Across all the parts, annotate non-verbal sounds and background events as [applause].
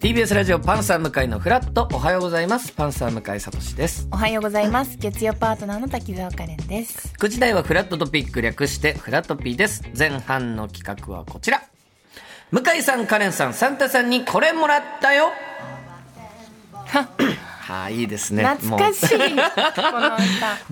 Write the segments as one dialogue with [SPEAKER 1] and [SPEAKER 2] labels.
[SPEAKER 1] TBS ラジオパンサー向井のフラットおはようございますパンサー向井聡です
[SPEAKER 2] おはようございます。月曜パートナーの滝沢カレンです。
[SPEAKER 1] 9時台はフラットトピック略してフラットピーです前半の企画はこちら向井さんカレンさんサンタさんにこれもらったよ [clears throat] はいいいですね
[SPEAKER 2] 懐かしい。
[SPEAKER 1] もう
[SPEAKER 2] この歌。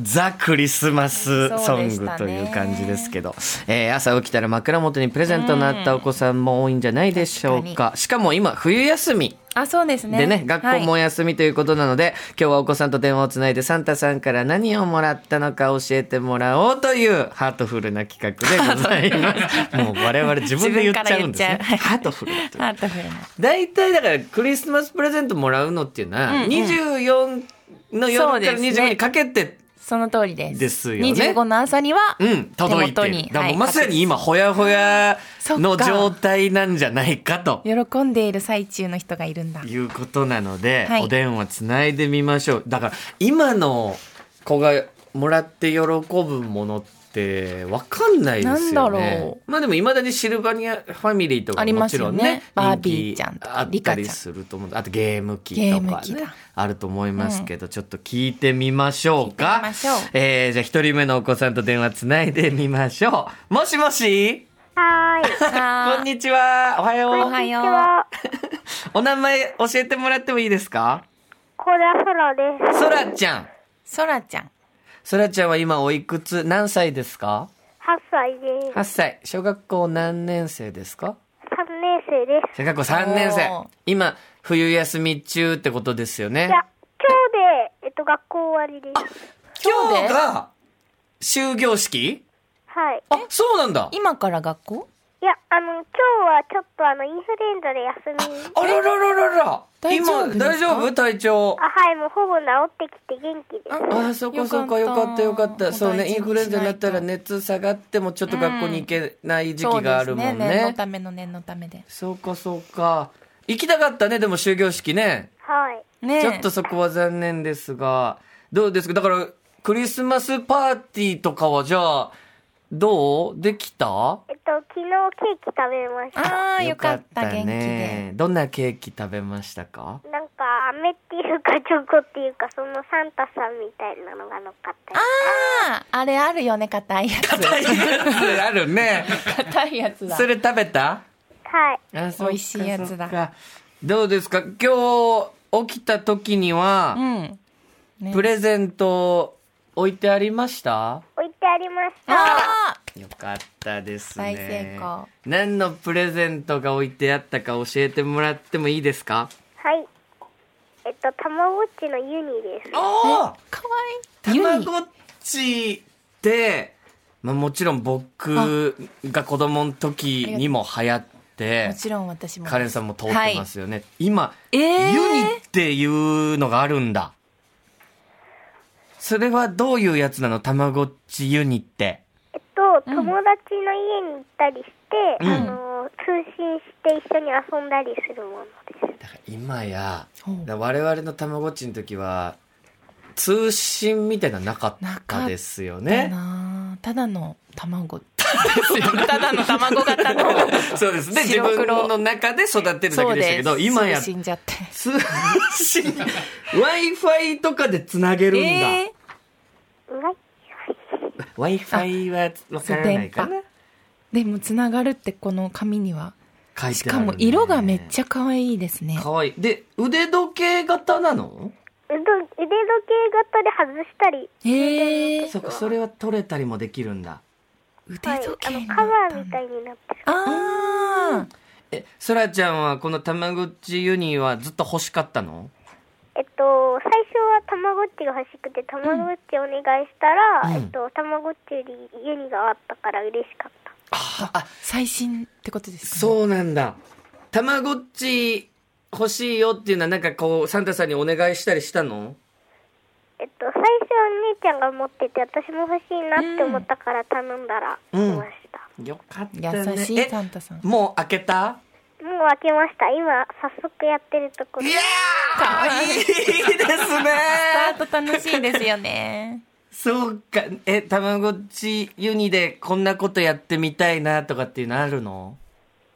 [SPEAKER 1] ザ・クリスマスソン
[SPEAKER 2] そうで
[SPEAKER 1] グ
[SPEAKER 2] したね
[SPEAKER 1] という感じですけど、えー朝起きたら枕元にプレゼントのあったお子さんも多いんじゃないでしょう
[SPEAKER 2] 確
[SPEAKER 1] かしかも今冬休み
[SPEAKER 2] あ、そうですね。
[SPEAKER 1] でね学校もお
[SPEAKER 2] はい
[SPEAKER 1] 休みということなので、今日はお子さんと電話をつないでサンタさんから何をもらったのか教えてもらおうというハートフルな企画でござい
[SPEAKER 2] [laughs]
[SPEAKER 1] ます。もう我々自分で言っちゃうんですね。
[SPEAKER 2] 自分から言っちゃうはい
[SPEAKER 1] ハートフルだという。
[SPEAKER 2] ハートフルな。
[SPEAKER 1] 大体だからクリスマスプレゼントもらうのっていうのは、
[SPEAKER 2] うんうん
[SPEAKER 1] 24の夜から
[SPEAKER 2] そうですね
[SPEAKER 1] 25にかけて
[SPEAKER 2] その通りです。
[SPEAKER 1] ですよね
[SPEAKER 2] 25の朝には、
[SPEAKER 1] うん、届いて
[SPEAKER 2] 手元
[SPEAKER 1] る
[SPEAKER 2] に
[SPEAKER 1] だからもう
[SPEAKER 2] は
[SPEAKER 1] ま
[SPEAKER 2] い
[SPEAKER 1] さに今ほやほやの
[SPEAKER 2] そっか
[SPEAKER 1] 状態なんじゃないかと
[SPEAKER 2] 喜んでいる最中の人がいるんだ。
[SPEAKER 1] いうことなので、
[SPEAKER 2] はい
[SPEAKER 1] お電話つないでみましょうだから今の子がもらって喜ぶものってわかんないです
[SPEAKER 2] な
[SPEAKER 1] よ
[SPEAKER 2] んだ
[SPEAKER 1] ね
[SPEAKER 2] ろ。
[SPEAKER 1] まあでもいまだにシルバニアファミリーとか
[SPEAKER 2] あり
[SPEAKER 1] も
[SPEAKER 2] ま
[SPEAKER 1] ち
[SPEAKER 2] す
[SPEAKER 1] ろ
[SPEAKER 2] よ
[SPEAKER 1] ん
[SPEAKER 2] ね
[SPEAKER 1] ね
[SPEAKER 2] バービーちゃんとか
[SPEAKER 1] 人気あったり
[SPEAKER 2] リカちゃん
[SPEAKER 1] すると思うあとゲーム機
[SPEAKER 2] ゲ
[SPEAKER 1] と
[SPEAKER 2] ーム
[SPEAKER 1] か
[SPEAKER 2] 機
[SPEAKER 1] ね
[SPEAKER 2] だ
[SPEAKER 1] あると思いますけど、ちょっと聞いてみましょう
[SPEAKER 2] 聞い
[SPEAKER 1] か
[SPEAKER 2] てみましょう
[SPEAKER 1] えーじゃあ一人目のお子さんと電話つないでみましょうもしもし
[SPEAKER 3] はーい。
[SPEAKER 2] あ
[SPEAKER 1] こんにちは。おはよう。
[SPEAKER 2] おは
[SPEAKER 3] こんにち
[SPEAKER 2] よう
[SPEAKER 3] は。
[SPEAKER 1] お名前教えてもらってもいいですか。
[SPEAKER 3] コーラソラです。
[SPEAKER 1] そらちゃん。
[SPEAKER 2] そらちゃん。
[SPEAKER 1] そらちゃんは今おいくつ、何歳ですか。
[SPEAKER 3] 8歳です。
[SPEAKER 1] 八歳。小学校何年生ですか。
[SPEAKER 3] 3年生で
[SPEAKER 1] 小学校三年生
[SPEAKER 2] おー。
[SPEAKER 1] 今冬休み中ってことですよ
[SPEAKER 3] す。
[SPEAKER 1] ね
[SPEAKER 3] い。や、今日で、えっと、学校終わりです。
[SPEAKER 1] 今
[SPEAKER 2] 今
[SPEAKER 1] 日
[SPEAKER 2] 日
[SPEAKER 1] が終業式。
[SPEAKER 3] はい。
[SPEAKER 1] あ、そうなんだ。
[SPEAKER 2] 今から学校
[SPEAKER 3] いや、あの、今日はちょっとあの、インフルエンザで休み。
[SPEAKER 1] あらららららら。
[SPEAKER 2] 大丈
[SPEAKER 1] 今
[SPEAKER 2] 夫ですか
[SPEAKER 1] 大丈夫体調。
[SPEAKER 3] あ、はい、もうほぼ治ってきて元気です。
[SPEAKER 1] ああそこそこよ
[SPEAKER 2] よかった
[SPEAKER 1] かったよかったそう
[SPEAKER 2] お大
[SPEAKER 1] ね
[SPEAKER 2] 事に
[SPEAKER 1] インフルエンザになったら
[SPEAKER 2] し
[SPEAKER 1] 熱下がってもちょっと学校に行けない時期があるもん
[SPEAKER 2] そうです念の
[SPEAKER 1] ね
[SPEAKER 2] ための念のためで。
[SPEAKER 1] そうかそうか行きたかったねでも終業式ね
[SPEAKER 3] はい。
[SPEAKER 2] ねえ
[SPEAKER 1] ちょっとそこは残念ですがどうですかだからクリスマスパーティーとかはじゃあどうできた
[SPEAKER 3] えっと、昨日ケーキ食べました。
[SPEAKER 2] ああ、よかった、元気で。
[SPEAKER 1] どんなケーキ食べましたか
[SPEAKER 3] なんか、飴っていうか、チョコっていうか、そのサンタさんみたいなのが乗っかったり。
[SPEAKER 2] ああ、あれあるよね、硬いやつ。
[SPEAKER 1] [laughs] ある
[SPEAKER 2] [laughs]
[SPEAKER 1] ね
[SPEAKER 2] 硬いやつだ
[SPEAKER 1] そ。れ食べた
[SPEAKER 3] はい。
[SPEAKER 1] あそっか
[SPEAKER 2] 美味しいやつだ
[SPEAKER 1] そっかどうですか今日起きた時には
[SPEAKER 2] う、ん。ね
[SPEAKER 1] プレゼント置いてありました
[SPEAKER 3] 置いてありました。
[SPEAKER 2] あ
[SPEAKER 1] よかったですね
[SPEAKER 2] 大成功
[SPEAKER 1] 何のプレゼントが置いてあったか教えてもらってもいいですか
[SPEAKER 3] はい。えっと、たまごっちのユニです。
[SPEAKER 1] ああ
[SPEAKER 2] ーかわいい。
[SPEAKER 1] たま
[SPEAKER 2] ユニ
[SPEAKER 1] ごっちって、まあ、もちろん僕が子供の時にも流行って
[SPEAKER 2] もちろん私も。
[SPEAKER 1] カレンさんも通ってますよね、今、
[SPEAKER 2] えー
[SPEAKER 1] ユニっていうのがあるんだそれはどういうやつなのたまごっちユニって
[SPEAKER 3] えっと、友達の家に行ったりして、
[SPEAKER 1] うん
[SPEAKER 3] あの通信して一緒に遊んだりするものです。
[SPEAKER 1] だから今や
[SPEAKER 2] ほう
[SPEAKER 1] だから我々のたまごっちの時は通信みたいなのなかったですよ
[SPEAKER 2] だ
[SPEAKER 1] ね。
[SPEAKER 2] なあただの卵。ただの卵
[SPEAKER 1] [laughs]
[SPEAKER 2] 型の。
[SPEAKER 1] そうですね。自
[SPEAKER 2] 白黒
[SPEAKER 1] 分の中で育てるだ
[SPEAKER 2] そ
[SPEAKER 1] け
[SPEAKER 2] う
[SPEAKER 1] でしたけ
[SPEAKER 2] で
[SPEAKER 1] ど、
[SPEAKER 2] す。
[SPEAKER 1] 今や
[SPEAKER 2] すぐ死んじゃって。
[SPEAKER 1] 通信、Wi-Fi とかでつなげるんだ。
[SPEAKER 2] え
[SPEAKER 3] う
[SPEAKER 1] [laughs]
[SPEAKER 3] わい。
[SPEAKER 1] Wi-Fi はわからないかな。
[SPEAKER 2] ーでもつながるってこの紙には。
[SPEAKER 1] 書い
[SPEAKER 2] してか
[SPEAKER 1] あるね
[SPEAKER 2] も色がめっちゃ可愛いですね。
[SPEAKER 1] 可愛い。で、腕時計型なの
[SPEAKER 3] 腕時計型で外したり、
[SPEAKER 2] ええー。
[SPEAKER 1] そっかそれは取れたりもできるんだ。
[SPEAKER 2] 腕
[SPEAKER 3] はい、
[SPEAKER 2] 時
[SPEAKER 3] あ
[SPEAKER 2] 計
[SPEAKER 3] の
[SPEAKER 2] になっ
[SPEAKER 3] カバ
[SPEAKER 2] た
[SPEAKER 3] ー
[SPEAKER 2] ん
[SPEAKER 3] み
[SPEAKER 2] だ
[SPEAKER 3] たいになってる。
[SPEAKER 2] あ
[SPEAKER 1] え、そらちゃんはこのたまごっちユニはずっと欲しかったの
[SPEAKER 3] えっと、最初はたまごっちが欲しくて、たまごっちお願いしたら、
[SPEAKER 1] うん
[SPEAKER 3] えっと、たまごっちよりユニがあったから嬉しかった。
[SPEAKER 1] あ、
[SPEAKER 2] あ。最新ってことですかね。
[SPEAKER 1] そうなんだ。たまごっち欲しいよっていうのはなんかこう、サンタさんにお願いしたりしたの
[SPEAKER 3] えっと、最初はお姉ちゃんが持ってて、私も欲しいなって思ったから頼んだら、来ました。
[SPEAKER 1] よかったね。
[SPEAKER 2] 優しい
[SPEAKER 1] え
[SPEAKER 2] サンタさん。
[SPEAKER 1] もう開けた
[SPEAKER 3] もう開けました。今、早速やってるとこ
[SPEAKER 1] い
[SPEAKER 3] ろ。
[SPEAKER 1] やーいいです
[SPEAKER 2] ス
[SPEAKER 1] ね
[SPEAKER 2] タート楽しいですよ
[SPEAKER 3] [laughs]
[SPEAKER 2] ね。
[SPEAKER 1] そうか。え、たまごっちユニでこんなことやってみたいなとかっていうのあるの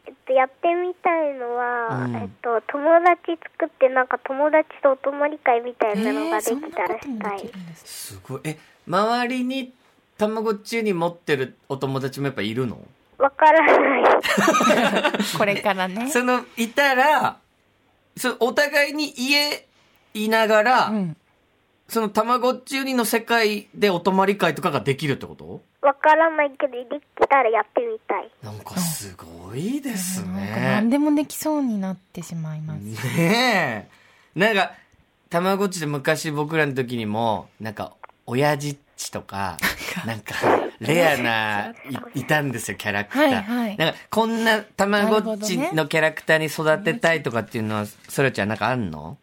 [SPEAKER 3] えっと、やってみたいのは、
[SPEAKER 1] うん
[SPEAKER 3] えっと、友達作って、なんか友達とお泊まり会みたいなのができたらしたい。
[SPEAKER 2] るんです
[SPEAKER 1] すごいえ周りにたまごっちに持ってるお友達もやっぱいるの
[SPEAKER 3] わ、からない。
[SPEAKER 2] これからね
[SPEAKER 1] そのいたらそお互いに家いながら、
[SPEAKER 2] うん
[SPEAKER 1] そのたまごっちにの世界でお泊まり会とかができるってこと
[SPEAKER 3] わからないけど、できたらやってみたい。
[SPEAKER 1] なんかすごいです
[SPEAKER 2] なんか何
[SPEAKER 1] ね。
[SPEAKER 2] でもできそうになってしまいます
[SPEAKER 1] ねえ。なんか、たまごっちで昔僕らの時にも、なんか、親父っちとか、なんか、レアな、いいたんですよ、キャラクター。
[SPEAKER 2] はいはい
[SPEAKER 1] なんか、こんなたまごっち
[SPEAKER 2] なるほど
[SPEAKER 1] のキャラクターに育てたいとかっていうのは、そらちゃんなんかあんの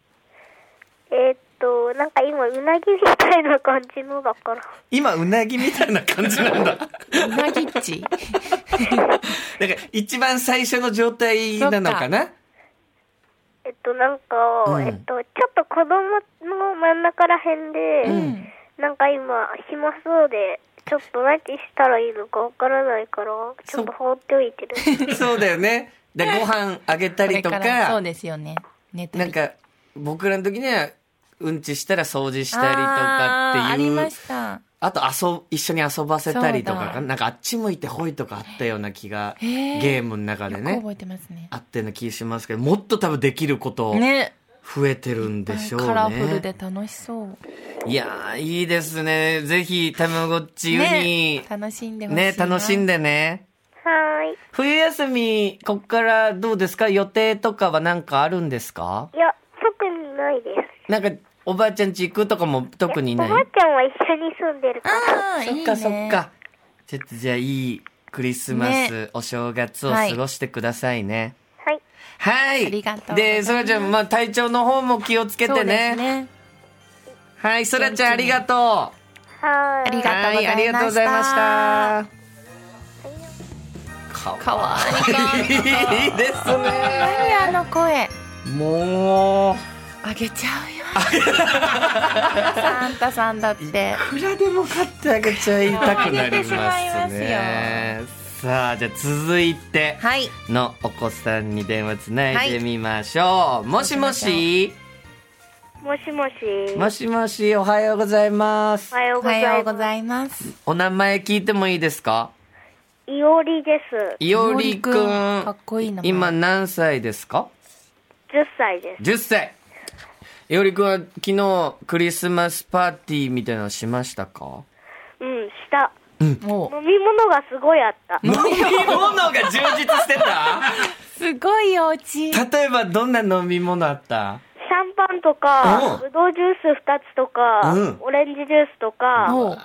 [SPEAKER 3] えっと、なんか今、うなぎみたいな感じのだから。
[SPEAKER 1] 今、うなぎみたいな感じなん [laughs] だ。
[SPEAKER 2] うなぎっち
[SPEAKER 1] なんか、一番最初の状態なのかな
[SPEAKER 3] えっと、なんか、
[SPEAKER 1] うん
[SPEAKER 3] えっと、ちょっと子供の真ん中らへんで、
[SPEAKER 2] うん
[SPEAKER 3] なんか今、暇そうで、ちょっと何したらいいのかわからないから、ちょっと放っておいて
[SPEAKER 1] [laughs]
[SPEAKER 3] る。
[SPEAKER 1] そうだよね。で、ご飯あげた
[SPEAKER 2] こ
[SPEAKER 1] り
[SPEAKER 2] れ
[SPEAKER 1] と
[SPEAKER 2] からそうですよね寝た
[SPEAKER 1] なん
[SPEAKER 2] り
[SPEAKER 1] か僕らの時にはうんちしたら掃除したりとかっていう
[SPEAKER 2] あーありました
[SPEAKER 1] あと遊ぶ一緒に遊ばせたりとか
[SPEAKER 2] そ
[SPEAKER 1] か
[SPEAKER 2] うだ
[SPEAKER 1] なんかあっち向いてほいとかあったような気が
[SPEAKER 2] へー
[SPEAKER 1] ゲームの中で
[SPEAKER 2] よく
[SPEAKER 1] ね
[SPEAKER 2] 覚えてますね
[SPEAKER 1] あったような気しますけどもっと多分できること
[SPEAKER 2] ね
[SPEAKER 1] 増えてるんでしょうね
[SPEAKER 2] カラフルで楽しそう
[SPEAKER 1] いやーいいですねぜひたまごっちユニ
[SPEAKER 2] ね楽しんでほしい
[SPEAKER 1] ね楽しん
[SPEAKER 2] で
[SPEAKER 1] でね
[SPEAKER 3] はーい。
[SPEAKER 1] 冬休みこっからどうですか予定とかはなんかあるんですか
[SPEAKER 3] いや、特にないです。
[SPEAKER 1] なんかおばあちゃん家行くとかも特にない
[SPEAKER 3] おばあちゃんは一緒に住んでるから。
[SPEAKER 2] ああいい
[SPEAKER 1] そっ
[SPEAKER 2] ね
[SPEAKER 1] かそっか。ちょっとじゃあいいクリスマス、お正月を過ごしてくださいね。
[SPEAKER 3] はい。
[SPEAKER 1] はい。
[SPEAKER 2] ありがとうございます
[SPEAKER 1] で、そらちゃん、まあ体調の方も気をつけ
[SPEAKER 2] そ
[SPEAKER 1] て
[SPEAKER 2] うです
[SPEAKER 1] ね。
[SPEAKER 2] ね
[SPEAKER 1] はい、そらちゃんありがとう。
[SPEAKER 3] はーい。
[SPEAKER 2] ありがとう
[SPEAKER 1] はありがとうございました。
[SPEAKER 2] か
[SPEAKER 1] か
[SPEAKER 2] わ
[SPEAKER 1] いいですね。
[SPEAKER 2] いいあの声
[SPEAKER 1] もう、
[SPEAKER 2] あげちゃう
[SPEAKER 1] [laughs]
[SPEAKER 2] よサンタさんだって
[SPEAKER 1] いくらでも買ってあげちゃいたく
[SPEAKER 2] [laughs]
[SPEAKER 1] なり
[SPEAKER 2] もうあげてしま
[SPEAKER 1] ま
[SPEAKER 2] いますす
[SPEAKER 1] ね
[SPEAKER 2] よ。
[SPEAKER 1] さあ、じゃあ続いて。
[SPEAKER 2] はい
[SPEAKER 1] のお子さんに電話つないでみましょう、もしもし
[SPEAKER 3] もしもし。
[SPEAKER 1] もしもしおはようございます、
[SPEAKER 3] おはよう
[SPEAKER 2] お
[SPEAKER 3] ござ
[SPEAKER 2] はい
[SPEAKER 3] ます。
[SPEAKER 2] ようございます
[SPEAKER 1] お名前聞いてもいいですか
[SPEAKER 3] いおりです。
[SPEAKER 1] いおりくん
[SPEAKER 2] いおりくんかっこいい名前
[SPEAKER 1] 今何歳ですか
[SPEAKER 3] 10歳です。
[SPEAKER 1] 10歳いおりくんは昨日クリスマスパーティーみたいなのしましたか
[SPEAKER 3] うん、した。
[SPEAKER 2] もう
[SPEAKER 3] 飲み物がすごいあった。
[SPEAKER 1] 飲み物が充実してた
[SPEAKER 2] すごいお
[SPEAKER 1] [laughs]
[SPEAKER 2] 家
[SPEAKER 1] 例えばどんな飲み物あった
[SPEAKER 3] シャンパンとか、
[SPEAKER 1] うん
[SPEAKER 3] ぶどうジュース2つとか、
[SPEAKER 1] うん
[SPEAKER 3] オレンジジュースとか、
[SPEAKER 2] もう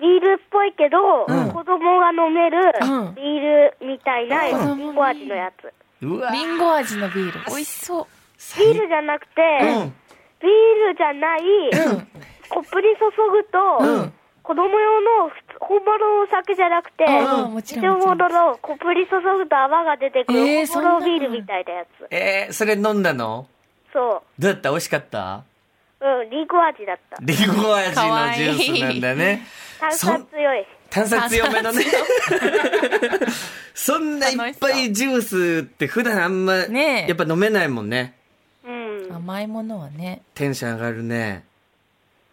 [SPEAKER 3] ビールっぽいけど、
[SPEAKER 1] うん
[SPEAKER 3] 子供が飲める
[SPEAKER 2] うん
[SPEAKER 3] ビールみたいな
[SPEAKER 2] うん
[SPEAKER 3] リンゴ味のやつ。
[SPEAKER 1] うわ
[SPEAKER 2] リンゴ味のビール美味しそう
[SPEAKER 1] 最
[SPEAKER 3] ビールじゃなくて、
[SPEAKER 1] うん
[SPEAKER 3] ビールじゃない、コップに注ぐと、
[SPEAKER 1] うん
[SPEAKER 3] 子供用の普通本物のお酒じゃなくて、
[SPEAKER 2] ああもち
[SPEAKER 3] 一
[SPEAKER 2] ろんもちろん
[SPEAKER 3] 物のコップに注ぐと泡が出てくる、
[SPEAKER 2] えー
[SPEAKER 3] 本
[SPEAKER 2] そ
[SPEAKER 3] 物
[SPEAKER 2] んなの
[SPEAKER 3] ビールみたいなやつ。
[SPEAKER 1] えー、それ飲んだの
[SPEAKER 3] そ
[SPEAKER 1] どうだった美味しかった
[SPEAKER 3] う。うん、リンゴ味だった。
[SPEAKER 1] リンゴ味のジュースなんだね。
[SPEAKER 3] 炭
[SPEAKER 1] そ
[SPEAKER 3] 酸
[SPEAKER 1] ん
[SPEAKER 3] 強い。
[SPEAKER 1] 炭酸強めのね。 [laughs] そんないっぱいジュースって普段あんま、
[SPEAKER 2] ねえ
[SPEAKER 1] やっぱ飲めないもんね。
[SPEAKER 3] うん。
[SPEAKER 2] 甘いものはね
[SPEAKER 1] テンション上がるね。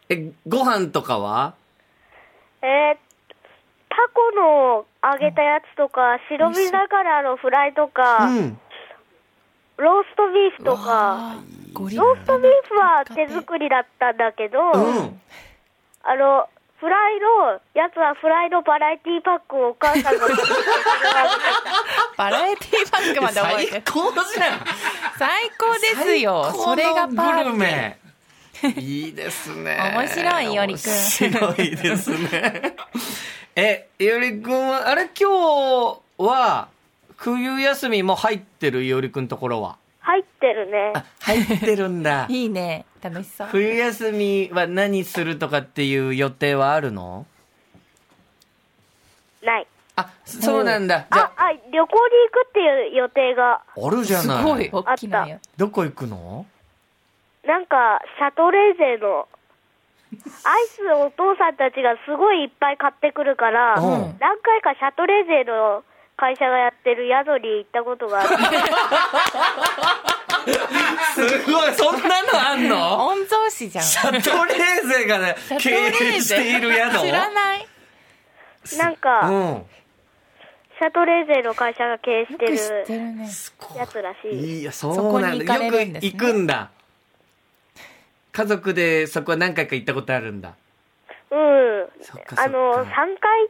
[SPEAKER 1] え、ご飯とかは
[SPEAKER 3] えー、タコの揚げたやつとか、白身魚のフライとか、
[SPEAKER 1] うん。
[SPEAKER 3] ローストビーフとか、
[SPEAKER 2] あゴリ
[SPEAKER 3] ローストビーフは手作りだったんだけど、
[SPEAKER 1] うん。
[SPEAKER 3] あの、フライの、やつはフライのバラエティパックをお母さ
[SPEAKER 1] [laughs]
[SPEAKER 3] んが
[SPEAKER 2] バラエティバッグまで覚え
[SPEAKER 1] 最
[SPEAKER 2] てる
[SPEAKER 1] 高じゃん
[SPEAKER 2] 最高ですよそれ
[SPEAKER 1] 最
[SPEAKER 2] がパ
[SPEAKER 1] 高の
[SPEAKER 2] ー
[SPEAKER 1] グル
[SPEAKER 2] ティー
[SPEAKER 1] メいいですね
[SPEAKER 2] 面白いいおりくん
[SPEAKER 1] 面白いですねえいおりくんはあれ今日は冬休みもう入ってるいおりくんところは
[SPEAKER 3] 入ってるね。
[SPEAKER 1] あ入ってるん
[SPEAKER 2] [laughs]
[SPEAKER 1] だ
[SPEAKER 2] いいね楽しそう
[SPEAKER 1] 冬休みは何するとかっていう予定はあるの
[SPEAKER 3] ない。
[SPEAKER 1] あそうなんだじゃ
[SPEAKER 3] あ、あ、旅行に行くっていう予定が、
[SPEAKER 1] ああるじゃ
[SPEAKER 2] す
[SPEAKER 1] ない
[SPEAKER 2] ごい大きなよ
[SPEAKER 1] どこ行くの
[SPEAKER 3] なんか、シャトレーゼの、アイスをお父さんたちがすごいいっぱい買ってくるから、
[SPEAKER 1] うん
[SPEAKER 3] 何回かシャトレーゼの会社がやってる宿に行ったこ
[SPEAKER 1] [laughs]
[SPEAKER 3] とがある。
[SPEAKER 1] すごいそんなのあんの
[SPEAKER 2] 御曹司じゃん。
[SPEAKER 1] シャトレーゼがね
[SPEAKER 2] シャト
[SPEAKER 1] 経
[SPEAKER 2] レーゼ
[SPEAKER 1] 営している宿
[SPEAKER 2] 知らない。
[SPEAKER 3] なんか、
[SPEAKER 1] うん
[SPEAKER 3] シャトレーゼの会社が経営し
[SPEAKER 2] よ
[SPEAKER 3] て
[SPEAKER 2] く知って
[SPEAKER 3] る
[SPEAKER 2] るね。
[SPEAKER 1] すごい
[SPEAKER 3] やつらしい。
[SPEAKER 1] いや、そうなん
[SPEAKER 2] そこに行
[SPEAKER 1] だ。
[SPEAKER 2] か
[SPEAKER 1] よく
[SPEAKER 2] れるんですね
[SPEAKER 1] 行くんだ。家族でそこは何回か行ったことあるんだ。
[SPEAKER 3] うん
[SPEAKER 1] そっかそっ。か
[SPEAKER 3] あの、3回行っ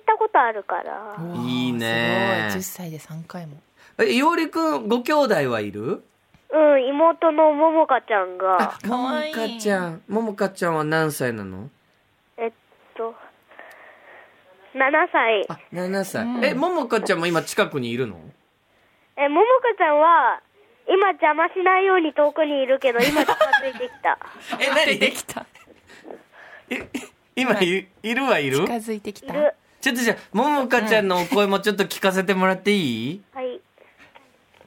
[SPEAKER 3] たことあるから。
[SPEAKER 2] うわー
[SPEAKER 1] いいね
[SPEAKER 2] すごい。10歳で3回も。
[SPEAKER 1] え、ようりくん、ご兄弟はいる
[SPEAKER 3] うん、妹のももかちゃんが、
[SPEAKER 2] かわいい
[SPEAKER 1] ももかちゃん。ももかちゃんは何歳なの
[SPEAKER 3] えっと、7歳。
[SPEAKER 1] あ、7歳。
[SPEAKER 2] うん
[SPEAKER 1] え、ももかちゃんも今近くにいるの
[SPEAKER 3] え、ももかちゃんは、今邪魔しないように遠くにいる
[SPEAKER 1] [laughs]
[SPEAKER 3] けど、今近づいてきた。
[SPEAKER 1] え、
[SPEAKER 2] 出
[SPEAKER 1] 何
[SPEAKER 2] てきた。
[SPEAKER 1] え [laughs] 今い、いるはいる
[SPEAKER 2] 近づいてき
[SPEAKER 3] い
[SPEAKER 2] た。
[SPEAKER 3] る。
[SPEAKER 1] ちょっとじゃあ、ももかちゃんのお声もちょっと聞かせてもらっていい
[SPEAKER 3] はい。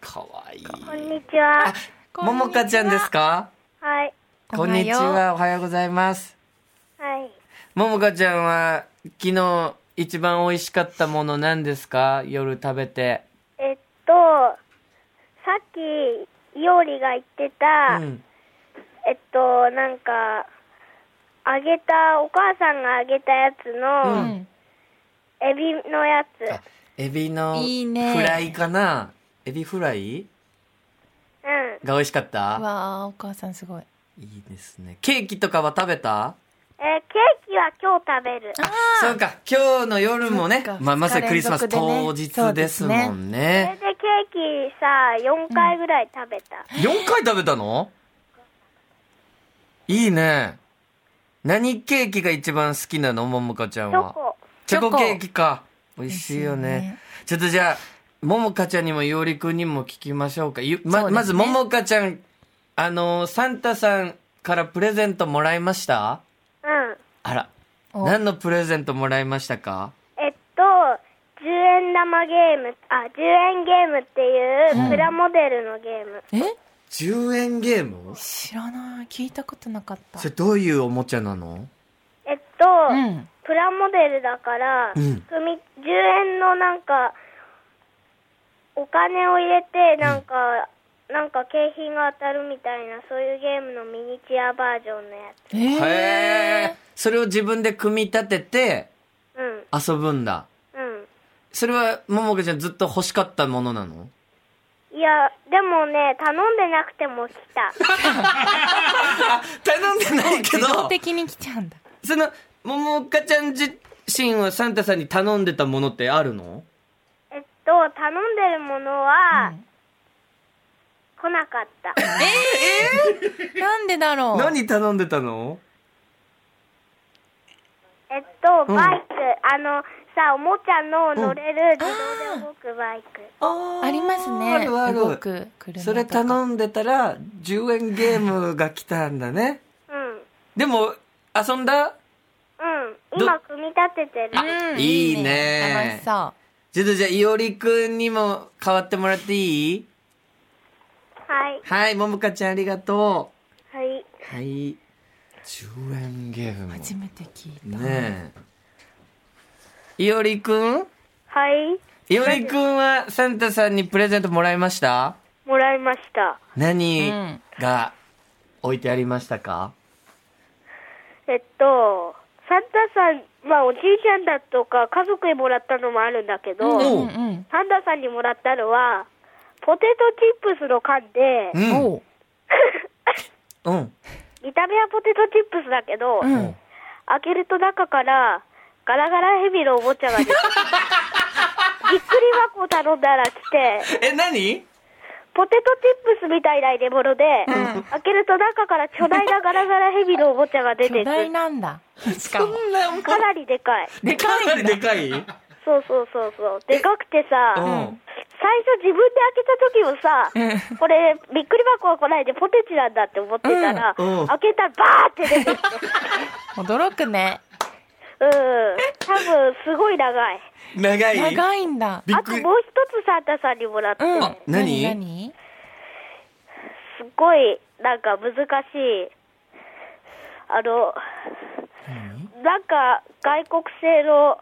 [SPEAKER 1] かわいい。
[SPEAKER 3] こんにちは
[SPEAKER 1] あ。、ももかちゃんですか
[SPEAKER 3] はい。
[SPEAKER 1] こんにち
[SPEAKER 2] おはよ
[SPEAKER 1] は。おはようございます。
[SPEAKER 3] はい。
[SPEAKER 1] ももかちゃんは昨日一番美味しかったもの何ですか夜食べて。
[SPEAKER 3] えっと、さっき、いおりが言って
[SPEAKER 1] う
[SPEAKER 3] た、
[SPEAKER 1] ん。
[SPEAKER 3] えっと、なんか、あげた、お母さんがあげたやつ
[SPEAKER 2] う
[SPEAKER 3] の、
[SPEAKER 2] ん。
[SPEAKER 3] エビのやつ、
[SPEAKER 1] あエビの
[SPEAKER 2] いいね
[SPEAKER 1] フライかなエビフライ
[SPEAKER 3] うん。
[SPEAKER 1] が美味しかっ
[SPEAKER 2] う
[SPEAKER 1] た
[SPEAKER 2] わあお母さんすごい。
[SPEAKER 1] いいですね。ケーキとかは食べた
[SPEAKER 3] えーケーキは今日食べる。
[SPEAKER 1] そうか、今日の夜もね
[SPEAKER 2] そっか、
[SPEAKER 1] まあ、まさに
[SPEAKER 2] 二
[SPEAKER 1] ク
[SPEAKER 2] 日
[SPEAKER 1] リ
[SPEAKER 2] 連
[SPEAKER 1] スマス
[SPEAKER 2] 続でね
[SPEAKER 1] 当日ですもん
[SPEAKER 3] それ
[SPEAKER 1] ね。
[SPEAKER 3] でケーキさ、4回ぐらい食べた。
[SPEAKER 1] 四4回食べたのいいね。何ケーキが一番好きなのももかちゃん
[SPEAKER 3] チョ
[SPEAKER 1] は。
[SPEAKER 3] コ。
[SPEAKER 1] チ
[SPEAKER 2] チ
[SPEAKER 1] ョ
[SPEAKER 2] ョコ
[SPEAKER 1] コケーキか。美味しいよね。ちょっとじゃあ、ももかちゃんにもいおりくんにも聞きましょうか。ゆま,、
[SPEAKER 2] そうですね
[SPEAKER 1] まず、ももかちゃん、あのーサンタさんからプレゼントもらいました
[SPEAKER 3] うん。
[SPEAKER 1] あら。
[SPEAKER 2] お
[SPEAKER 1] 何のプレゼントもらいましたか
[SPEAKER 3] えっと、10円玉ゲーム、あ、10円ゲームっていうプラモデルのゲーム。
[SPEAKER 2] え
[SPEAKER 1] ?10 円ゲーム
[SPEAKER 2] 知らない聞いたことなかった
[SPEAKER 1] それどういうおもちゃなの
[SPEAKER 3] えっと、
[SPEAKER 2] うん
[SPEAKER 3] プラモデルだから、
[SPEAKER 1] うん
[SPEAKER 3] 組10円のなんか、お金を入れて、なんか、なんか景品が当たるみたいな、そういうゲームのミニチュアバージョンのやつ。
[SPEAKER 2] へ
[SPEAKER 1] へ
[SPEAKER 2] え
[SPEAKER 1] え。それを自分で組み立てて
[SPEAKER 3] うん、
[SPEAKER 1] 遊ぶんだ。
[SPEAKER 3] うん。
[SPEAKER 1] それは、ももかちゃんずっと欲しかったものなの
[SPEAKER 3] いや、でもね、頼んでなくても来た。
[SPEAKER 1] 頼んでないけ
[SPEAKER 2] 自動
[SPEAKER 1] ど、
[SPEAKER 2] 的に来ちゃうんだ
[SPEAKER 1] その、ももかちゃん自身はサンタさんに頼んでたものってあるの
[SPEAKER 3] えっと、頼んでるものは、来なかった。
[SPEAKER 2] なんでだろう
[SPEAKER 1] 何頼んでたの
[SPEAKER 3] えっと、
[SPEAKER 1] うん
[SPEAKER 3] バイク、あの、さ、おもちゃの乗れる自動で動くバイク。
[SPEAKER 2] ありますね
[SPEAKER 1] あるあ
[SPEAKER 2] 動
[SPEAKER 1] る
[SPEAKER 2] く車とか
[SPEAKER 1] それ頼んでたら10円ゲームが来たんだね
[SPEAKER 3] うん。
[SPEAKER 1] でも遊んだ
[SPEAKER 3] うん。
[SPEAKER 1] ど
[SPEAKER 3] 今、組み立ててる。
[SPEAKER 2] うん
[SPEAKER 1] いいね
[SPEAKER 2] 楽しそ
[SPEAKER 1] ちょっとじゃあいおりくんにも代わってもらっていい
[SPEAKER 3] はい。
[SPEAKER 1] はいももかちゃんありがと
[SPEAKER 3] はい。
[SPEAKER 1] うはい10円ゲーム
[SPEAKER 2] う初めて聞いた
[SPEAKER 1] ねえいおりくん
[SPEAKER 3] はい。
[SPEAKER 1] いおりくんはサンタさんにプレゼントもらいました
[SPEAKER 3] もらいました。
[SPEAKER 1] 何
[SPEAKER 2] うん
[SPEAKER 1] が置いてありましたか、
[SPEAKER 3] えっと、サンタさん、まあ、おじいちゃんだとか、家族にもらったのもあるんだけど、
[SPEAKER 1] うん
[SPEAKER 2] うんうん
[SPEAKER 3] サンタさんにもらったのは、ポテトチップスの缶で、
[SPEAKER 1] うん
[SPEAKER 2] おう
[SPEAKER 1] うん
[SPEAKER 3] 見た目はポテトチップスだけど、
[SPEAKER 2] うん
[SPEAKER 3] 開けると中からガラガラヘビのおもちゃが出てき
[SPEAKER 1] [laughs]
[SPEAKER 3] たびっくり箱を頼んだら来て
[SPEAKER 1] え何
[SPEAKER 3] ポテトチップスみたいな入れ物で、開けると中から巨大なガラガラヘビのおもちゃが出
[SPEAKER 2] 巨
[SPEAKER 3] てく
[SPEAKER 2] 大
[SPEAKER 3] る
[SPEAKER 2] なんだしかも
[SPEAKER 3] かなりでかい
[SPEAKER 1] でかなりでかい
[SPEAKER 3] そうそうそうそうでかくてさ
[SPEAKER 1] うん
[SPEAKER 3] 最初自分で開けた時もさ、これびっくり箱は来ないでポテチなんだって思ってたら、
[SPEAKER 1] うんうん
[SPEAKER 3] 開けたらバーって出てきて
[SPEAKER 2] 驚くね
[SPEAKER 3] うん多分すごい長い
[SPEAKER 1] 長い
[SPEAKER 2] 長いんだ
[SPEAKER 1] びっ
[SPEAKER 3] あと
[SPEAKER 1] くり
[SPEAKER 3] もう一つサンタさんにもらって、
[SPEAKER 2] うん
[SPEAKER 1] あ何
[SPEAKER 2] 何
[SPEAKER 3] すっごいなんか難しいあの、なんか外国製の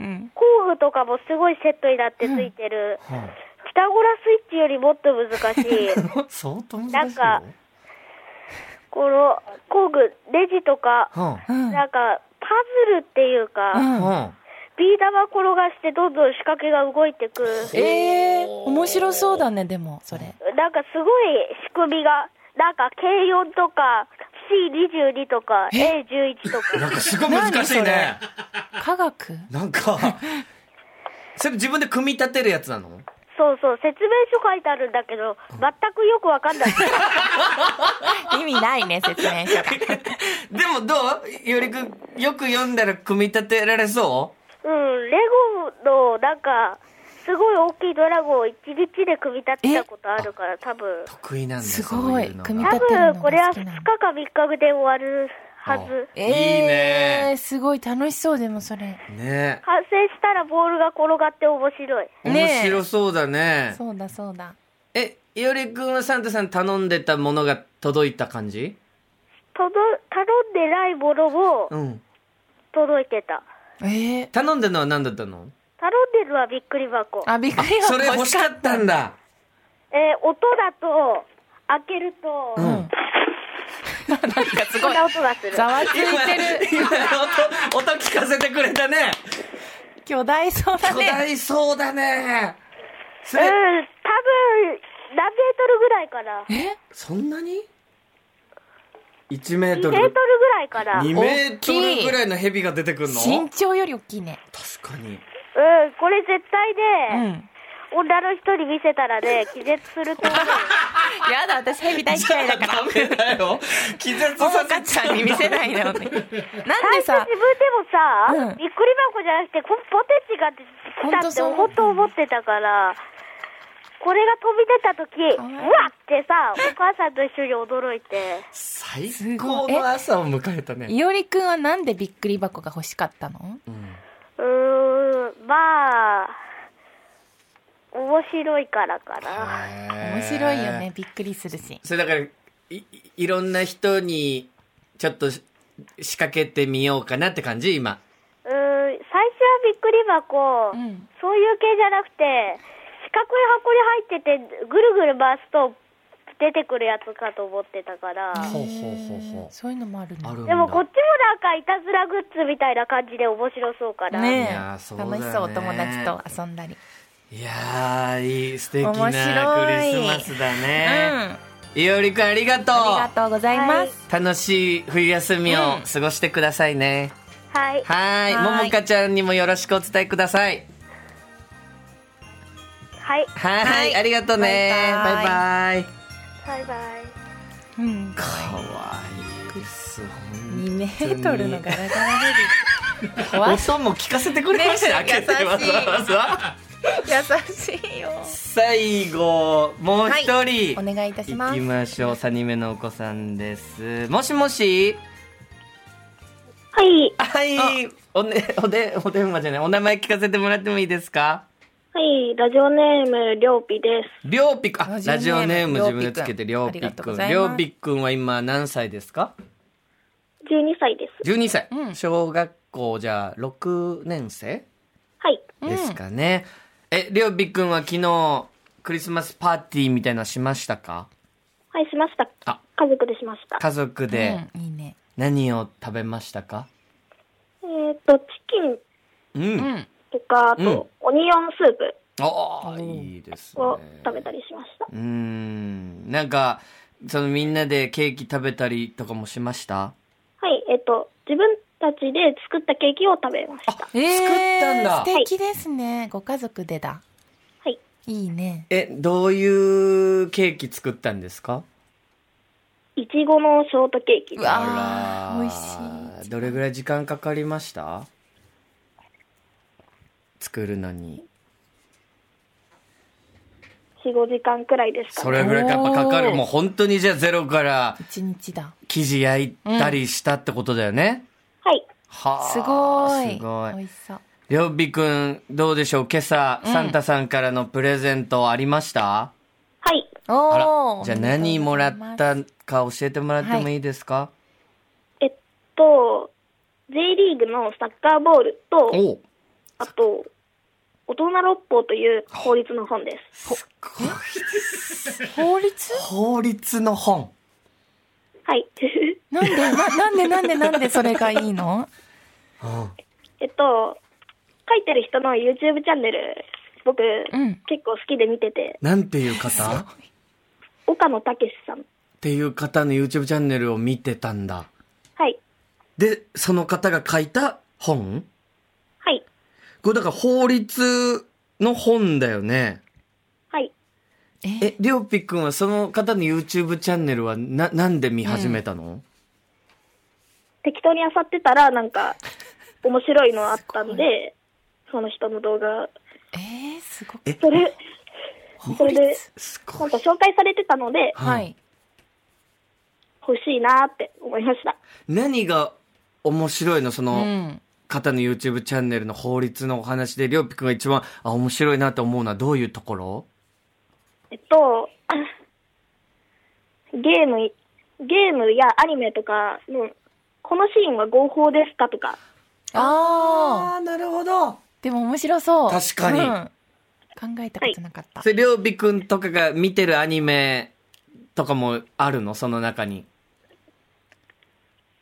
[SPEAKER 2] うん。
[SPEAKER 3] 工具とかもすごいセットになってついてる、
[SPEAKER 1] はあ
[SPEAKER 3] ピタゴラスイッチよりもっと難しい
[SPEAKER 2] [laughs]
[SPEAKER 1] 相当難しいよ。
[SPEAKER 3] なんかこの工具レジとか
[SPEAKER 1] はあ
[SPEAKER 2] うん。
[SPEAKER 3] なんかパズルっていうか、
[SPEAKER 2] うん。
[SPEAKER 1] は
[SPEAKER 3] ビー玉転がしてどんどん仕掛けが動いてく
[SPEAKER 2] ええ面白そうだね、でも、それ。
[SPEAKER 3] なんかすごい仕組みがなんか K4 とか C22 とか A11 と
[SPEAKER 1] あなん
[SPEAKER 3] か
[SPEAKER 1] かすごい難しいね。
[SPEAKER 2] 科学
[SPEAKER 1] なんか、それ自分で組み立てるやつなの
[SPEAKER 3] そうそう説明書書いてあるんだけど全くよくわか
[SPEAKER 2] [laughs]
[SPEAKER 3] んない
[SPEAKER 2] [laughs] 意味ないね、説明書が。
[SPEAKER 1] でもどうよりくん、よく読んだら組み立てられそ
[SPEAKER 3] うんレゴのなんかすごい大きいドラゴンを1日で組み立てたことあるから多分
[SPEAKER 1] う得意なんだ
[SPEAKER 2] す
[SPEAKER 1] そ
[SPEAKER 2] ご
[SPEAKER 1] う
[SPEAKER 2] いう
[SPEAKER 1] のが
[SPEAKER 2] 組み立
[SPEAKER 3] 多
[SPEAKER 2] てるのが好きなの
[SPEAKER 3] 分これは2日か3日で終わるはず
[SPEAKER 1] いいね
[SPEAKER 2] えーすごい楽しそう、でもそれ。
[SPEAKER 1] ね
[SPEAKER 3] 完成したらボールが転がって面白い
[SPEAKER 1] え。
[SPEAKER 2] ね
[SPEAKER 1] 面白そうだね。
[SPEAKER 2] そうだ、そうだ。
[SPEAKER 1] え、よりくんはサンタさん頼んでたものが届いた感じ
[SPEAKER 3] とど頼んでないものも
[SPEAKER 1] うん。
[SPEAKER 3] 届いてた
[SPEAKER 2] ええ
[SPEAKER 1] 頼んだのは何だったの
[SPEAKER 3] 頼んでるのはびっくり箱
[SPEAKER 2] あ、びっくり
[SPEAKER 1] それ欲しかったん
[SPEAKER 2] だ。
[SPEAKER 1] だ。
[SPEAKER 3] えー音だと開けると、
[SPEAKER 1] う
[SPEAKER 3] こ
[SPEAKER 1] ん。
[SPEAKER 2] なんかすご
[SPEAKER 3] ん
[SPEAKER 2] い
[SPEAKER 3] な。音がする
[SPEAKER 2] ざわつ
[SPEAKER 1] 今、
[SPEAKER 2] いて
[SPEAKER 1] [laughs]
[SPEAKER 2] る。
[SPEAKER 1] 今音、音聞かせてくれたね。
[SPEAKER 2] 巨大そうだ
[SPEAKER 1] 巨
[SPEAKER 2] ね。
[SPEAKER 1] 大そうだね。そ
[SPEAKER 3] うん多
[SPEAKER 1] れ、
[SPEAKER 3] 分何メートルぐらいかな
[SPEAKER 2] え
[SPEAKER 1] そんなに ?1 メー
[SPEAKER 3] 2
[SPEAKER 1] ト
[SPEAKER 3] メートル
[SPEAKER 1] ル。
[SPEAKER 3] ぐらいかなうん
[SPEAKER 1] 2メートルぐらいの蛇が出てくるの
[SPEAKER 2] 身長より大きいね。
[SPEAKER 1] 確かに。
[SPEAKER 3] これ絶対
[SPEAKER 2] う
[SPEAKER 3] ね、
[SPEAKER 2] ん。
[SPEAKER 3] 女の人に見せたらね気絶すると思う
[SPEAKER 2] やだ、私ヘビ大嫌いだから。
[SPEAKER 1] ダメだ
[SPEAKER 2] [laughs]
[SPEAKER 1] よ。気絶
[SPEAKER 2] もも
[SPEAKER 1] さ
[SPEAKER 2] か
[SPEAKER 1] せ
[SPEAKER 2] ちゃんに見せないでほしい。なんで
[SPEAKER 3] 最
[SPEAKER 2] さ
[SPEAKER 3] 初自、分でもさ、
[SPEAKER 2] うん
[SPEAKER 3] びっくり箱じゃなくてこポテチが
[SPEAKER 2] ほん
[SPEAKER 3] 来た
[SPEAKER 2] と
[SPEAKER 3] って
[SPEAKER 2] そう
[SPEAKER 3] 本当思ってたからこれが飛び出た時
[SPEAKER 2] かわいうい
[SPEAKER 3] わっってさお母さんと一緒に驚いて
[SPEAKER 1] 最高の朝を迎えたね。
[SPEAKER 2] いおりくんはなんでびっくり箱が欲しかったの
[SPEAKER 1] うん
[SPEAKER 3] うーんまあ面白いからかな
[SPEAKER 2] 面白いよね、。びっくりするし。
[SPEAKER 1] それだからいいいろんな人にちょっとし仕掛けてみようかなって感じ今
[SPEAKER 3] うーん最初はびっくり箱、
[SPEAKER 2] うん。
[SPEAKER 3] そういう系じゃなくて四角い箱に入っててぐるぐる回すと出てくるやつかと思ってたから
[SPEAKER 1] ほうほうほうほう
[SPEAKER 2] そういうのもあるね。
[SPEAKER 1] あるんだ
[SPEAKER 3] でもこっちもなんかいたずらグッズみたいな感じで面白そうから、
[SPEAKER 2] ね
[SPEAKER 1] い
[SPEAKER 2] え
[SPEAKER 1] やーそうだね
[SPEAKER 2] 楽しそう、お友達と遊んだり。
[SPEAKER 1] いやーいい素敵なク
[SPEAKER 2] 面
[SPEAKER 1] リス
[SPEAKER 2] 白い
[SPEAKER 1] マスだ
[SPEAKER 2] うん。
[SPEAKER 1] ね、
[SPEAKER 2] あ
[SPEAKER 1] いおりくんありがとう
[SPEAKER 2] りがとうございます。
[SPEAKER 1] 楽しい冬休みを
[SPEAKER 2] うん
[SPEAKER 1] 過ごしてくださいね、
[SPEAKER 3] は
[SPEAKER 1] はー
[SPEAKER 3] い
[SPEAKER 1] い
[SPEAKER 2] はーい
[SPEAKER 1] ももかちゃんにもよろしくお伝えください
[SPEAKER 3] は
[SPEAKER 1] は
[SPEAKER 3] い
[SPEAKER 1] ーい
[SPEAKER 2] はい
[SPEAKER 1] ありがとうね
[SPEAKER 2] バイバイ
[SPEAKER 1] バイバイ
[SPEAKER 3] バイバイ
[SPEAKER 2] うん。
[SPEAKER 1] かわいいです
[SPEAKER 2] 2メートルのガ
[SPEAKER 1] が
[SPEAKER 2] ラガラレディ。怖い。
[SPEAKER 1] 音も聞かせてくれました、
[SPEAKER 2] ね
[SPEAKER 1] 開けてわざわざ
[SPEAKER 2] 優しいよ。
[SPEAKER 1] 最後もう一人、
[SPEAKER 2] お願いいたしま
[SPEAKER 1] 行
[SPEAKER 2] す
[SPEAKER 1] き。ましょう3人目のお子さんですもしもし
[SPEAKER 3] はい
[SPEAKER 1] はいお,、ね、おでお電話じゃないお名前聞かせてもらってもいいですか
[SPEAKER 3] はいラジオネームりょうぴです
[SPEAKER 1] りょうぴくんあラ
[SPEAKER 2] ラ
[SPEAKER 1] ジ
[SPEAKER 2] ジ
[SPEAKER 1] オ
[SPEAKER 2] オ
[SPEAKER 1] ネ
[SPEAKER 2] ネ
[SPEAKER 1] ー
[SPEAKER 2] ー
[SPEAKER 1] ム
[SPEAKER 2] ム
[SPEAKER 1] 自分でつけてりょう
[SPEAKER 2] り
[SPEAKER 1] ぴ
[SPEAKER 2] ょうぴくん
[SPEAKER 1] くん
[SPEAKER 2] あり
[SPEAKER 1] り
[SPEAKER 2] が
[SPEAKER 1] ょ
[SPEAKER 2] とうございます
[SPEAKER 1] うぴくんは今何歳ですか
[SPEAKER 3] 12歳です
[SPEAKER 1] 12歳、
[SPEAKER 2] うん
[SPEAKER 1] 小学校じゃあ6年生
[SPEAKER 3] はい
[SPEAKER 1] ですかね、えりょうぴくんは昨日クリスマスパーティーみたいなのしましたか
[SPEAKER 3] はいしました
[SPEAKER 1] あ
[SPEAKER 3] 家族でしました
[SPEAKER 1] 家族で
[SPEAKER 2] うん、いいね。
[SPEAKER 1] 何を食べましたか、
[SPEAKER 3] えっ、とチキン
[SPEAKER 1] うん
[SPEAKER 2] うん。
[SPEAKER 3] とかあと、
[SPEAKER 1] うん
[SPEAKER 3] オニオンスープ
[SPEAKER 1] ああ
[SPEAKER 2] うん
[SPEAKER 1] いいですね
[SPEAKER 3] を食べたりしました
[SPEAKER 1] うーんなんかそのみんなでケーキ食べたりとかもしました
[SPEAKER 3] はいえっ、と自分たちで作ったケーキを食べました
[SPEAKER 1] えー作ったんだ
[SPEAKER 2] 素敵ですね。ご家族でだ。
[SPEAKER 3] はい
[SPEAKER 2] いいね。
[SPEAKER 1] えどういうケーキ作ったんですか
[SPEAKER 3] いちごのショートケーキ
[SPEAKER 2] うわー美味しい。
[SPEAKER 1] どれぐらい時間かかりました作るのに
[SPEAKER 3] 45時間くらいですか
[SPEAKER 1] そ
[SPEAKER 3] ね
[SPEAKER 1] れぐらいやっぱかかる
[SPEAKER 2] おー
[SPEAKER 1] もう本当にじゃあゼロから
[SPEAKER 2] 一日だ。
[SPEAKER 1] 生地焼いたりしたってことだよね、
[SPEAKER 3] はい
[SPEAKER 1] はあ
[SPEAKER 2] すごい。
[SPEAKER 1] すごい
[SPEAKER 2] 美味しそう。
[SPEAKER 1] りょうびくん、どうでしょう今朝、
[SPEAKER 2] うん
[SPEAKER 1] サンタさんからのプレゼントありました
[SPEAKER 3] はい
[SPEAKER 1] あ
[SPEAKER 2] お
[SPEAKER 1] ら
[SPEAKER 2] お。
[SPEAKER 1] じゃあ何もらったか教えてもらってもいいですか、
[SPEAKER 3] えっと、 J リーグのサッカーボールと、
[SPEAKER 1] おう
[SPEAKER 3] あと、大人六法という法律の本です。
[SPEAKER 2] 法律
[SPEAKER 1] 法律の本
[SPEAKER 3] はい。 [laughs]
[SPEAKER 2] なんでななんでなんでなんでそれがいいの
[SPEAKER 1] うん
[SPEAKER 3] えっと、書いてる人の YouTube チャンネル、僕、
[SPEAKER 2] うん
[SPEAKER 3] 結構好きで見てて、
[SPEAKER 1] なんていう方っ
[SPEAKER 3] 岡野武さん。
[SPEAKER 1] ていう方の YouTube チャンネルを見てたんだ
[SPEAKER 3] はい。
[SPEAKER 1] でその方が書いた本
[SPEAKER 3] はい。
[SPEAKER 1] これだから法律の本だよね
[SPEAKER 3] はい。
[SPEAKER 2] え
[SPEAKER 1] えりょうぴくんはその方の YouTube チャンネルはななんで見始めたの、
[SPEAKER 3] 適当に漁ってたら、なん
[SPEAKER 1] [laughs]
[SPEAKER 3] か、面白いのあったんで、その人の動画、
[SPEAKER 2] えー、すご
[SPEAKER 1] え
[SPEAKER 2] い
[SPEAKER 3] それ、それで、
[SPEAKER 1] す
[SPEAKER 3] な
[SPEAKER 1] ご
[SPEAKER 3] ん
[SPEAKER 1] い
[SPEAKER 3] か紹介されてたので、
[SPEAKER 2] はい
[SPEAKER 3] 欲しいなーって思いました。
[SPEAKER 1] 何が面白いのそうの
[SPEAKER 2] ん
[SPEAKER 1] 方の YouTube チャンネルの法律のお話でりょうぴくんが一番あ面白いなと思うのはどういうところ
[SPEAKER 3] えっと、 [laughs] ゲーム、ゲームやアニメとかの、このシーンは合法ですかとか、
[SPEAKER 2] ああ
[SPEAKER 1] あなるほど
[SPEAKER 2] でも面白そう
[SPEAKER 1] 確かに
[SPEAKER 2] うん考えたことなかった、
[SPEAKER 1] それりょうぴくんとかが見てるアニメとかもあるのその中に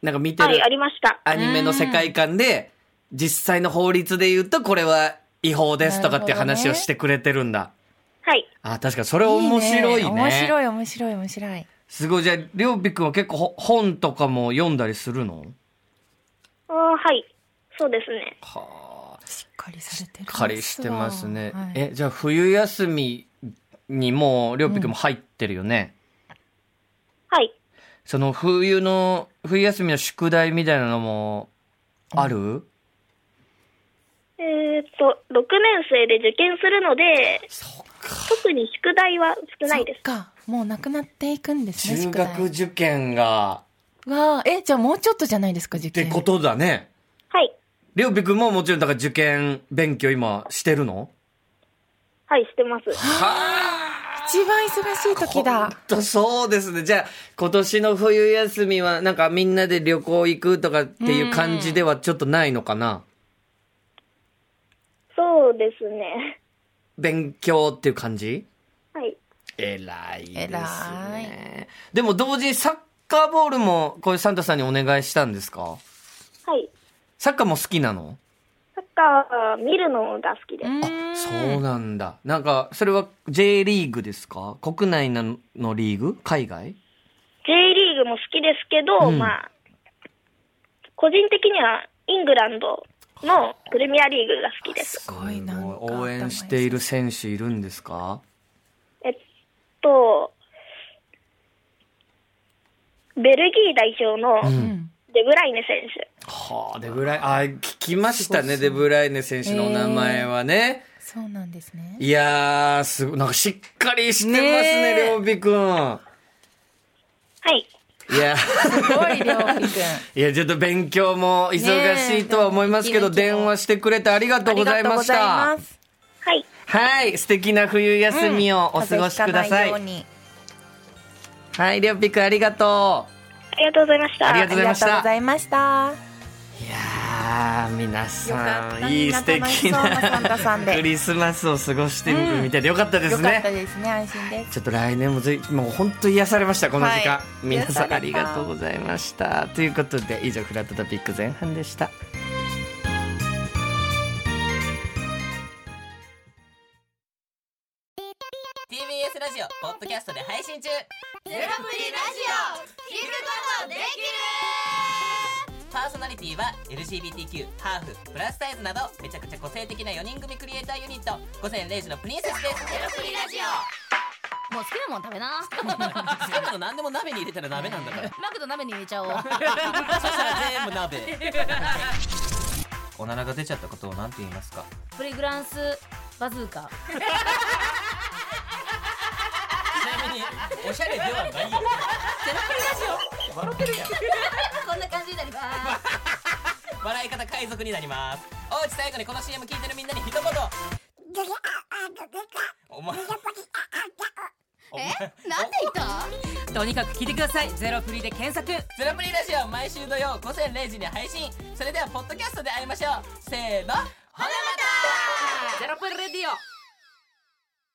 [SPEAKER 1] なんか見て
[SPEAKER 3] は
[SPEAKER 1] る
[SPEAKER 3] い、ありました。
[SPEAKER 1] アニメの世界観で実際の法律で言うとこれは違法ですとかっていう話をしてくれてるんだ
[SPEAKER 3] はい。
[SPEAKER 1] あ確かにそれ面白いね
[SPEAKER 2] 面白い面白い面白い
[SPEAKER 1] すごい。じゃあ、りょうびくんは結構ほ本とかも読んだりするの
[SPEAKER 3] あーはい。そうですね。
[SPEAKER 1] はあ。
[SPEAKER 2] しっかりされてる
[SPEAKER 1] 借りしてますね。
[SPEAKER 2] はい
[SPEAKER 1] え、じゃあ冬休みにもうりょうびくんも入ってるよね。
[SPEAKER 3] はい。
[SPEAKER 1] その冬の、冬休みの宿題みたいなのもある、
[SPEAKER 3] えー、っと、6年生で受験するので、
[SPEAKER 1] そうか。
[SPEAKER 3] 特に宿題は少ないです。
[SPEAKER 2] そっかもうなくなっていくんですね
[SPEAKER 1] 中
[SPEAKER 2] 宿
[SPEAKER 1] 学
[SPEAKER 2] 題
[SPEAKER 1] 受験が、
[SPEAKER 2] わあえじゃあもうちょっとじゃないですか受
[SPEAKER 1] って
[SPEAKER 2] 験
[SPEAKER 1] ことだね。
[SPEAKER 3] はい。
[SPEAKER 1] りょうびくんももちろんだから受験勉強今してるの
[SPEAKER 3] はい、してます。
[SPEAKER 2] 一番忙しい時
[SPEAKER 1] ほん
[SPEAKER 2] だ
[SPEAKER 1] とそうですね。じゃあ、今年の冬休みは、なんかみんなで旅行行くとかっていう感じではちょっとないのかな、
[SPEAKER 3] そうですね。
[SPEAKER 1] 勉強っていう感じ
[SPEAKER 3] はい。
[SPEAKER 1] 偉いです
[SPEAKER 2] 偉
[SPEAKER 1] ね。でも同時にサッカーボールも、これサンタさんにお願いしたんですか
[SPEAKER 3] はい。
[SPEAKER 1] サッカーも好きなの
[SPEAKER 3] サッカー見るのが好きです。
[SPEAKER 2] あ
[SPEAKER 1] そうなんだ。なんか、それは J リーグですか国内なのリーグ海外
[SPEAKER 3] J リーグも好きですけど、
[SPEAKER 1] うん
[SPEAKER 3] まあ、個人的にはイングランドのプレミアリーグが好きです。
[SPEAKER 2] すごいなんか
[SPEAKER 1] 応援している選手いるんですか
[SPEAKER 3] えっと、ベルギー代表の
[SPEAKER 2] うん
[SPEAKER 3] デブライネ選手。
[SPEAKER 1] はあ、デブライ、あ、聞きましたね、デブライネ選手のお名前はね。
[SPEAKER 2] そうなんですね
[SPEAKER 1] いやー、すごい、なんかしっかりしてますね、
[SPEAKER 2] ねえ
[SPEAKER 1] りょうびくん。い
[SPEAKER 3] はい。
[SPEAKER 1] や、
[SPEAKER 2] [laughs] すごいりょうきくん
[SPEAKER 1] いや、ちょっと勉強も忙しいとは思いますけど、
[SPEAKER 2] ねえ
[SPEAKER 1] 電話してくれてありがとうございました
[SPEAKER 2] ありがとうございま。す
[SPEAKER 3] はい。
[SPEAKER 1] はい、素敵な冬休みをお過ごしください。
[SPEAKER 2] 風邪ひかなように
[SPEAKER 1] はい、りょうびくんありがと
[SPEAKER 3] ありがとうございました。
[SPEAKER 1] ありが
[SPEAKER 2] ありがとうございました
[SPEAKER 1] う。いやー、皆さ
[SPEAKER 2] よかった
[SPEAKER 1] ん、いい素敵
[SPEAKER 2] みんな楽しそうなサンタさ
[SPEAKER 1] な
[SPEAKER 2] んで
[SPEAKER 1] クリスマスを過ごしてみたいでよかったです
[SPEAKER 2] よか
[SPEAKER 1] ね
[SPEAKER 2] った。ですね安心です
[SPEAKER 1] ちょっと来年もぜひもう本当に癒されましたこの時間、
[SPEAKER 2] はい
[SPEAKER 1] 皆さ
[SPEAKER 2] 癒され
[SPEAKER 1] ん
[SPEAKER 2] た
[SPEAKER 1] ありがとうございましたということで以上フラットトピック前半でした
[SPEAKER 4] パーソナリティは LGBTQ ハーフプラスサイズなどめちゃくちゃ個性的な4人組クリエイターユニット午前0時のプリンセスですゼロプリラジ
[SPEAKER 5] もう好きなもん食べな。
[SPEAKER 4] オ好きなの何でも鍋に入れたら鍋なんだ [laughs] から
[SPEAKER 5] [laughs] マクド鍋に入れちゃおう。
[SPEAKER 4] そしたら全部鍋おならが出ちゃったことを何て言いますか
[SPEAKER 5] [laughs] プリグランスバズーカ。
[SPEAKER 4] ちなみにおしゃれではないよ
[SPEAKER 5] [laughs] こんな感じになります。
[SPEAKER 4] 笑い方海賊になりますおうち最後にこの CM 聞いてるみんなに一言お前お前
[SPEAKER 5] えなんで言ったとにかく聞いてくださいゼロフリーで検索
[SPEAKER 4] ゼロプリラジオ毎週土曜午前0時に配信それではポッドキャストで会いましょうせーのほなまた
[SPEAKER 5] ゼロプリレディオ